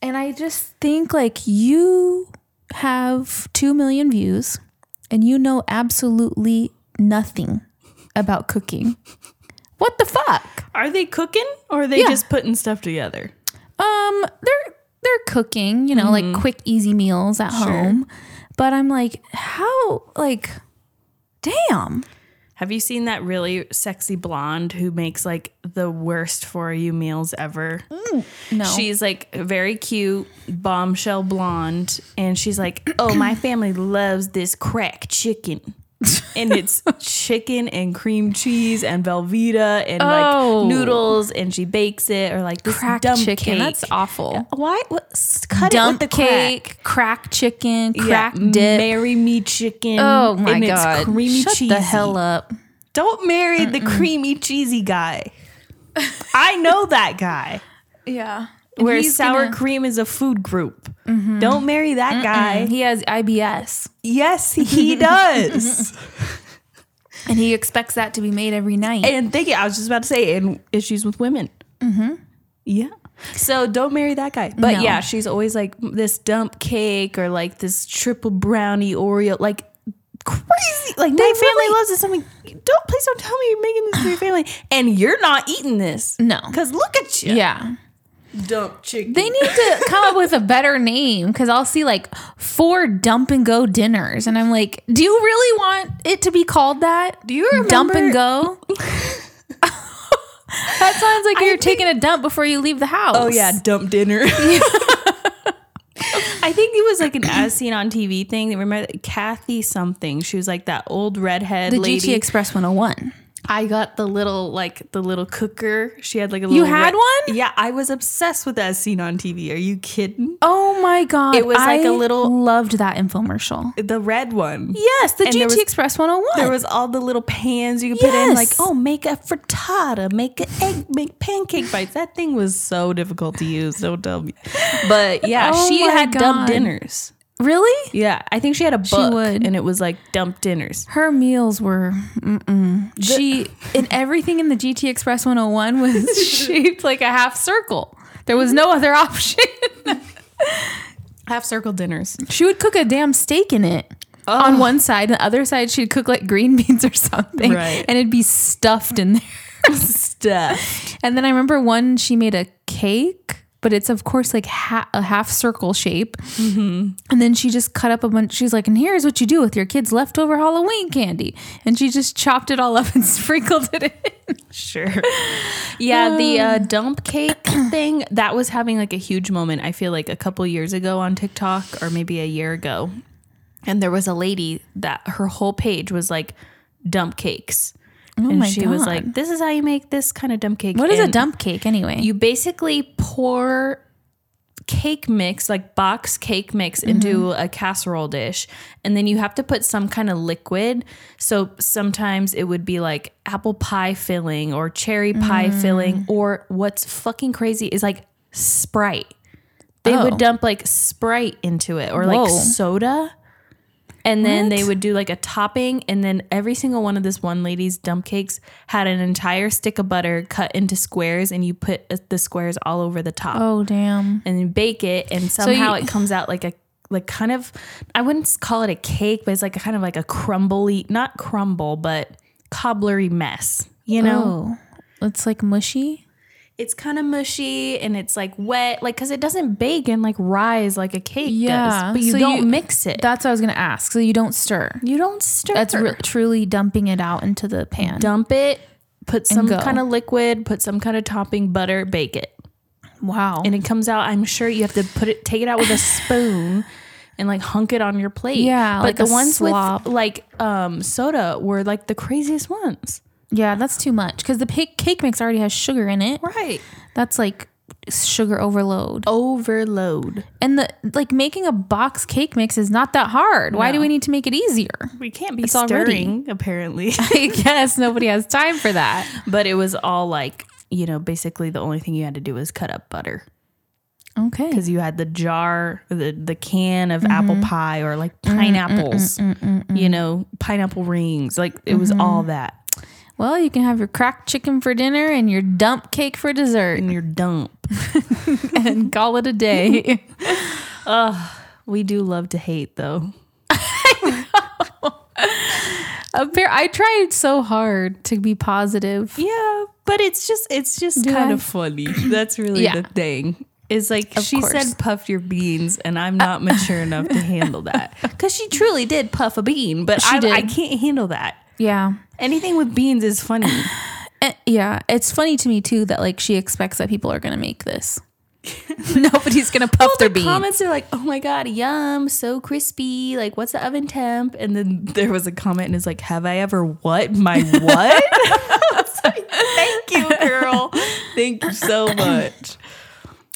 Speaker 2: And I just think like you have 2 million views and you know absolutely nothing about cooking. What the fuck?
Speaker 1: are they cooking or are they
Speaker 2: Yeah.
Speaker 1: just putting stuff together
Speaker 2: Um they're they're cooking, you know, like
Speaker 1: Mm-hmm.
Speaker 2: quick easy meals at home. But I'm like, how like damn.
Speaker 1: have you seen that really sexy blonde who makes like the worst for you meals ever
Speaker 2: No.
Speaker 1: She's like very cute, bombshell blonde, and she's like, "Oh, my family loves this crack chicken." and it's chicken and cream cheese and Velveeta and
Speaker 2: Oh.
Speaker 1: like noodles, and she bakes it or like this
Speaker 2: crack
Speaker 1: dumb
Speaker 2: chicken.
Speaker 1: cake.
Speaker 2: That's awful.
Speaker 1: why what, s- cut
Speaker 2: Dump
Speaker 1: it with the
Speaker 2: cake, crack. chicken,
Speaker 1: crack,
Speaker 2: crack
Speaker 1: yeah,
Speaker 2: dip.
Speaker 1: marry me chicken.
Speaker 2: oh my
Speaker 1: and
Speaker 2: god.
Speaker 1: it's creamy
Speaker 2: Shut
Speaker 1: cheesy.
Speaker 2: the hell up.
Speaker 1: Don't marry the creamy cheesy guy. I know that guy
Speaker 2: Yeah.
Speaker 1: where sour cream is a food group. Don't marry that guy.
Speaker 2: He has IBS.
Speaker 1: Yes, he does.
Speaker 2: And he expects that to be made every night.
Speaker 1: and thinking, I was just about to say, and issues with women. Mm-hmm. Yeah. So don't marry that guy. But
Speaker 2: No.
Speaker 1: yeah, she's always like this dump cake or like this triple brownie Oreo. Like crazy. Like my family loves this. I'm like, don't please don't tell me you're making this for your family, and you're not eating this.
Speaker 2: No.
Speaker 1: because look at you,
Speaker 2: Yeah.
Speaker 1: dump chicken.
Speaker 2: They need to come up with a better name because I'll see like four dump and go dinners. And I'm like, do you really want it to be called that?
Speaker 1: Do you remember?
Speaker 2: Dump and go? that sounds like you're taking a dump before you leave the house.
Speaker 1: Oh yeah, dump dinner. I think it was like an as seen on TV thing. They remember Kathy something. She was like that old redhead
Speaker 2: The
Speaker 1: lady.
Speaker 2: GT Express 101.
Speaker 1: I got the little like the little cooker. She had like a
Speaker 2: You
Speaker 1: little
Speaker 2: had one?
Speaker 1: Yeah, I was obsessed with as seen on TV. Are you kidding?
Speaker 2: Oh my God.
Speaker 1: It was like
Speaker 2: I
Speaker 1: a little-
Speaker 2: loved that infomercial.
Speaker 1: The red one.
Speaker 2: Yes, the
Speaker 1: And there
Speaker 2: GT
Speaker 1: was-
Speaker 2: Express 101.
Speaker 1: There was all the little pans you could put in, like,
Speaker 2: Yes.
Speaker 1: oh, make a frittata, make an egg, make pancake bites. That thing was so difficult to use. Don't tell me. But yeah,
Speaker 2: Oh
Speaker 1: she
Speaker 2: my
Speaker 1: had
Speaker 2: God.
Speaker 1: dump dinners.
Speaker 2: really?
Speaker 1: Yeah, I think she had a book,
Speaker 2: would.
Speaker 1: and it was like dump dinners.
Speaker 2: Her meals were mm-mm. she and everything in the GT Express 101 was shaped like a half circle. There was no other option.
Speaker 1: Half circle dinners.
Speaker 2: she would cook a damn steak in it. Oh. On one side, and the other side, she'd cook like green beans or something,
Speaker 1: Right.
Speaker 2: and it'd be stuffed in there.
Speaker 1: Stuff.
Speaker 2: and then I remember one she made a cake, but it's of course like ha- a half circle shape. And then she just cut up a bunch. She's like, and here's what you do with your kids' leftover Halloween candy. And she just chopped it all up and sprinkled it in.
Speaker 1: Sure. Yeah, the uh,
Speaker 2: Um,
Speaker 1: dump cake thing, that was having like a huge moment, I feel like a couple years ago on TikTok or maybe a year ago. And there was a lady that her whole page was like dump cakes. and
Speaker 2: Oh my
Speaker 1: she was
Speaker 2: God.
Speaker 1: like, this is how you make this kind of dump cake.
Speaker 2: What is a
Speaker 1: And
Speaker 2: dump cake anyway?
Speaker 1: You basically pour cake mix, like box cake mix, into
Speaker 2: Mm-hmm.
Speaker 1: a casserole dish. And then you have to put some kind of liquid. So sometimes it would be like apple pie filling or cherry pie
Speaker 2: Mm.
Speaker 1: filling, or what's fucking crazy is like Sprite. They
Speaker 2: Oh.
Speaker 1: would dump like Sprite into it or
Speaker 2: Whoa.
Speaker 1: like soda. And then they would do like a topping, and then every single one of this one lady's dump cakes had an entire stick of butter cut into squares, and you put uh, the squares all over the top,
Speaker 2: oh damn!
Speaker 1: and then bake it, and somehow
Speaker 2: you-
Speaker 1: it comes out like a like kind of I wouldn't s- call it a cake, but it's like a kind of like a crumbly, not crumble, but cobblery mess. You know,
Speaker 2: No, it's like mushy.
Speaker 1: it's kind of mushy and it's like wet, like because it doesn't bake and like rise like a cake
Speaker 2: Yeah,
Speaker 1: does, but you
Speaker 2: so
Speaker 1: don't
Speaker 2: you-
Speaker 1: mix it.
Speaker 2: That's what I was gonna ask. So you don't stir.
Speaker 1: you don't stir.
Speaker 2: That's re- truly dumping it out into the pan.
Speaker 1: dump it, put some
Speaker 2: go.
Speaker 1: kind of liquid, put some kind of topping, butter, bake it.
Speaker 2: Wow.
Speaker 1: And it comes out, I'm sure you have to put it take it out with a spoon and like hunk it on your plate.
Speaker 2: Yeah,
Speaker 1: But
Speaker 2: like
Speaker 1: the
Speaker 2: a
Speaker 1: ones
Speaker 2: slop.
Speaker 1: with like um soda were like the craziest ones.
Speaker 2: yeah, that's too much because the pa- cake mix already has sugar in it.
Speaker 1: Right.
Speaker 2: That's like sugar overload.
Speaker 1: Overload.
Speaker 2: And the like making a box cake mix is not that hard. Why do we need to make it easier?
Speaker 1: We can't be
Speaker 2: already-
Speaker 1: stirring, apparently.
Speaker 2: I guess nobody has time for that.
Speaker 1: but it was all like, you know, basically the only thing you had to do was cut up butter.
Speaker 2: Okay.
Speaker 1: because you had the jar, the the can of apple pie or like pineapples, you know, pineapple rings. Like it was all that
Speaker 2: Well, you can have your cracked chicken for dinner and your dump cake for dessert
Speaker 1: in your dump.
Speaker 2: and call it a day.
Speaker 1: We do love to hate though.
Speaker 2: Appar- I tried so hard to be positive.
Speaker 1: Yeah, but it's just it's just
Speaker 2: Do
Speaker 1: kind
Speaker 2: I?
Speaker 1: of funny. That's really
Speaker 2: Yeah.
Speaker 1: the thing. It's like she
Speaker 2: course.
Speaker 1: said, "Puff your beans," and I'm not mature enough to handle that because Uh, she truly did puff a bean, but I,
Speaker 2: did.
Speaker 1: I can't handle that.
Speaker 2: Yeah.
Speaker 1: Anything with beans is funny.
Speaker 2: Eh, yeah. It's funny to me too that like she expects that people are going to make this. Nobody's going to puff their beans.
Speaker 1: comments are like, "Oh my god, yum, so crispy! Like, what's the oven temp?" And then there was a comment, and it's like, "Have I ever what my what?" I was like, Thank you, girl. Thank you so much.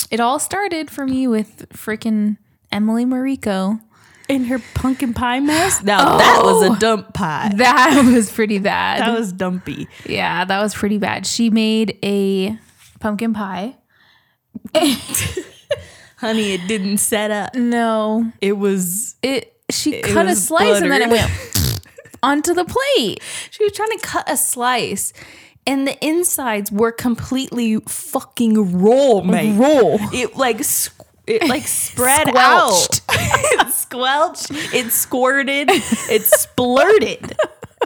Speaker 2: It all started for me with freaking Emily Mariko.
Speaker 1: And her pumpkin pie mess. Oh. Now that was a dump pie.
Speaker 2: That was pretty bad.
Speaker 1: That was dumpy.
Speaker 2: Yeah, that was pretty bad. She made a pumpkin pie.
Speaker 1: Honey, it didn't set up.
Speaker 2: No,
Speaker 1: It was
Speaker 2: it. She cut a
Speaker 1: was
Speaker 2: slice and then it
Speaker 1: buttered.
Speaker 2: went onto the plate.
Speaker 1: she was trying to cut a slice. And the insides were completely fucking raw, mate.
Speaker 2: Roll.
Speaker 1: It like squ- it like spread
Speaker 2: Squelched.
Speaker 1: out, squelched, it squirted, it splurted.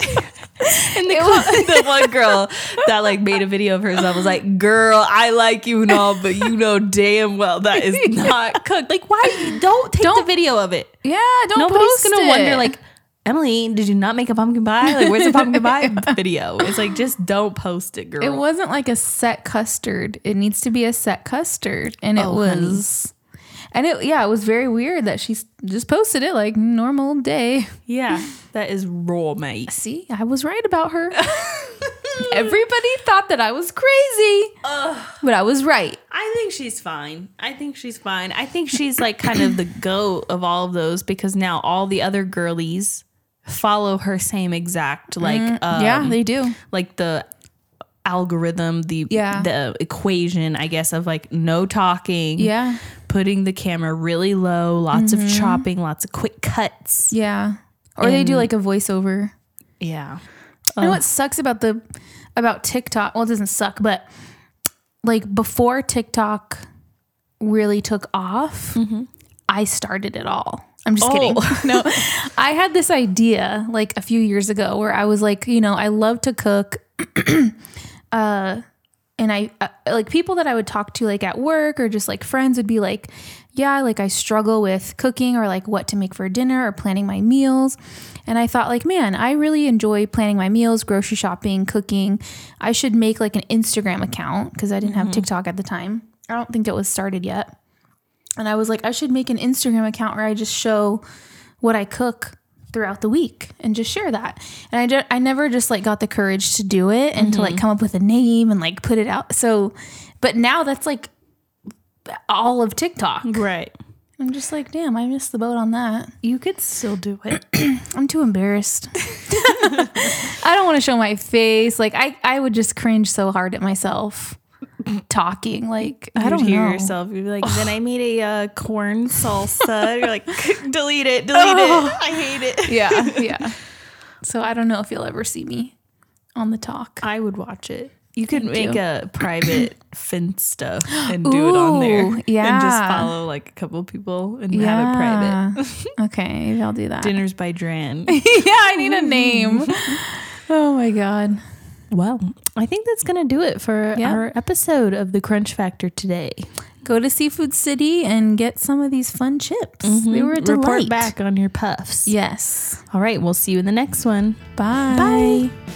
Speaker 1: And the, the one girl that like made a video of herself was like, "Girl, I like you and all, but you know damn well that is not cooked. Like, why don't take the video of it?
Speaker 2: Yeah, don't
Speaker 1: Nobody's
Speaker 2: post
Speaker 1: gonna
Speaker 2: it.
Speaker 1: wonder like." Emily, did you not make a pumpkin pie? Like, where's the pumpkin pie video? It's like, just don't post it, girl.
Speaker 2: It wasn't like a set custard. It needs to be a set custard, and
Speaker 1: Oh,
Speaker 2: it was. And it yeah, it was very weird that she s- just posted it like normal day.
Speaker 1: Yeah, that is raw, mate.
Speaker 2: See, I was right about her. Everybody thought that I was crazy, but I was right.
Speaker 1: I think she's fine. I think she's fine. I think she's like kind of the goat of all of those because now all the other girlies follow her same exact like um,
Speaker 2: Mm-hmm. yeah, they do.
Speaker 1: like the algorithm, the
Speaker 2: Yeah.
Speaker 1: the equation, I guess, of like no talking,
Speaker 2: Yeah, Mm-hmm.
Speaker 1: putting the camera really low, lots of chopping, lots of quick cuts.
Speaker 2: yeah. Or they do like a voiceover.
Speaker 1: Yeah.
Speaker 2: You know what sucks about the about TikTok? Well, it doesn't suck, but like before TikTok really took off, I started it all. I'm
Speaker 1: Oh,
Speaker 2: just kidding. no, I had this idea like a few years ago where I was like, you know, I love to cook. uh, and I uh, like people that I would talk to like at work or just like friends would be like, yeah, like I struggle with cooking or like what to make for dinner or planning my meals. And I thought like, man, I really enjoy planning my meals, grocery shopping, cooking. I should make like an Instagram account because I didn't have TikTok at the time. I don't think it was started yet. And I was like, I should make an Instagram account where I just show what I cook throughout the week and just share that. And I, ju- I never just like got the courage to do it and
Speaker 1: Mm-hmm.
Speaker 2: to like come up with a name and like put it out. So, but now that's like all of TikTok.
Speaker 1: Right.
Speaker 2: I'm just like, damn, I missed the boat on that.
Speaker 1: You could still do it.
Speaker 2: I'm too embarrassed. I don't want to show my face. Like I, I would just cringe so hard at myself talking. Like I
Speaker 1: I
Speaker 2: don't
Speaker 1: don't hear
Speaker 2: know.
Speaker 1: yourself. You'd be like, then I made a uh, corn salsa. You're like, delete it, delete
Speaker 2: Oh.
Speaker 1: it. I hate it.
Speaker 2: Yeah, yeah. So I don't know if you'll ever see me on the talk.
Speaker 1: I would watch it. You could make
Speaker 2: Thank you.
Speaker 1: a private Finsta and do it on there.
Speaker 2: Ooh,
Speaker 1: And just
Speaker 2: yeah.
Speaker 1: follow like a couple people and have it private.
Speaker 2: Yeah. okay, maybe I'll do that.
Speaker 1: Dinners by Dran.
Speaker 2: yeah, I need a name. oh my god.
Speaker 1: well, I think that's going to do it for
Speaker 2: Yeah.
Speaker 1: our episode of The Crunch Factor today.
Speaker 2: Go to Seafood City and get some of these fun chips.
Speaker 1: Mm-hmm.
Speaker 2: They were a delight.
Speaker 1: Report back on your puffs.
Speaker 2: Yes.
Speaker 1: All right. We'll see you in the next one.
Speaker 2: Bye.
Speaker 1: Bye.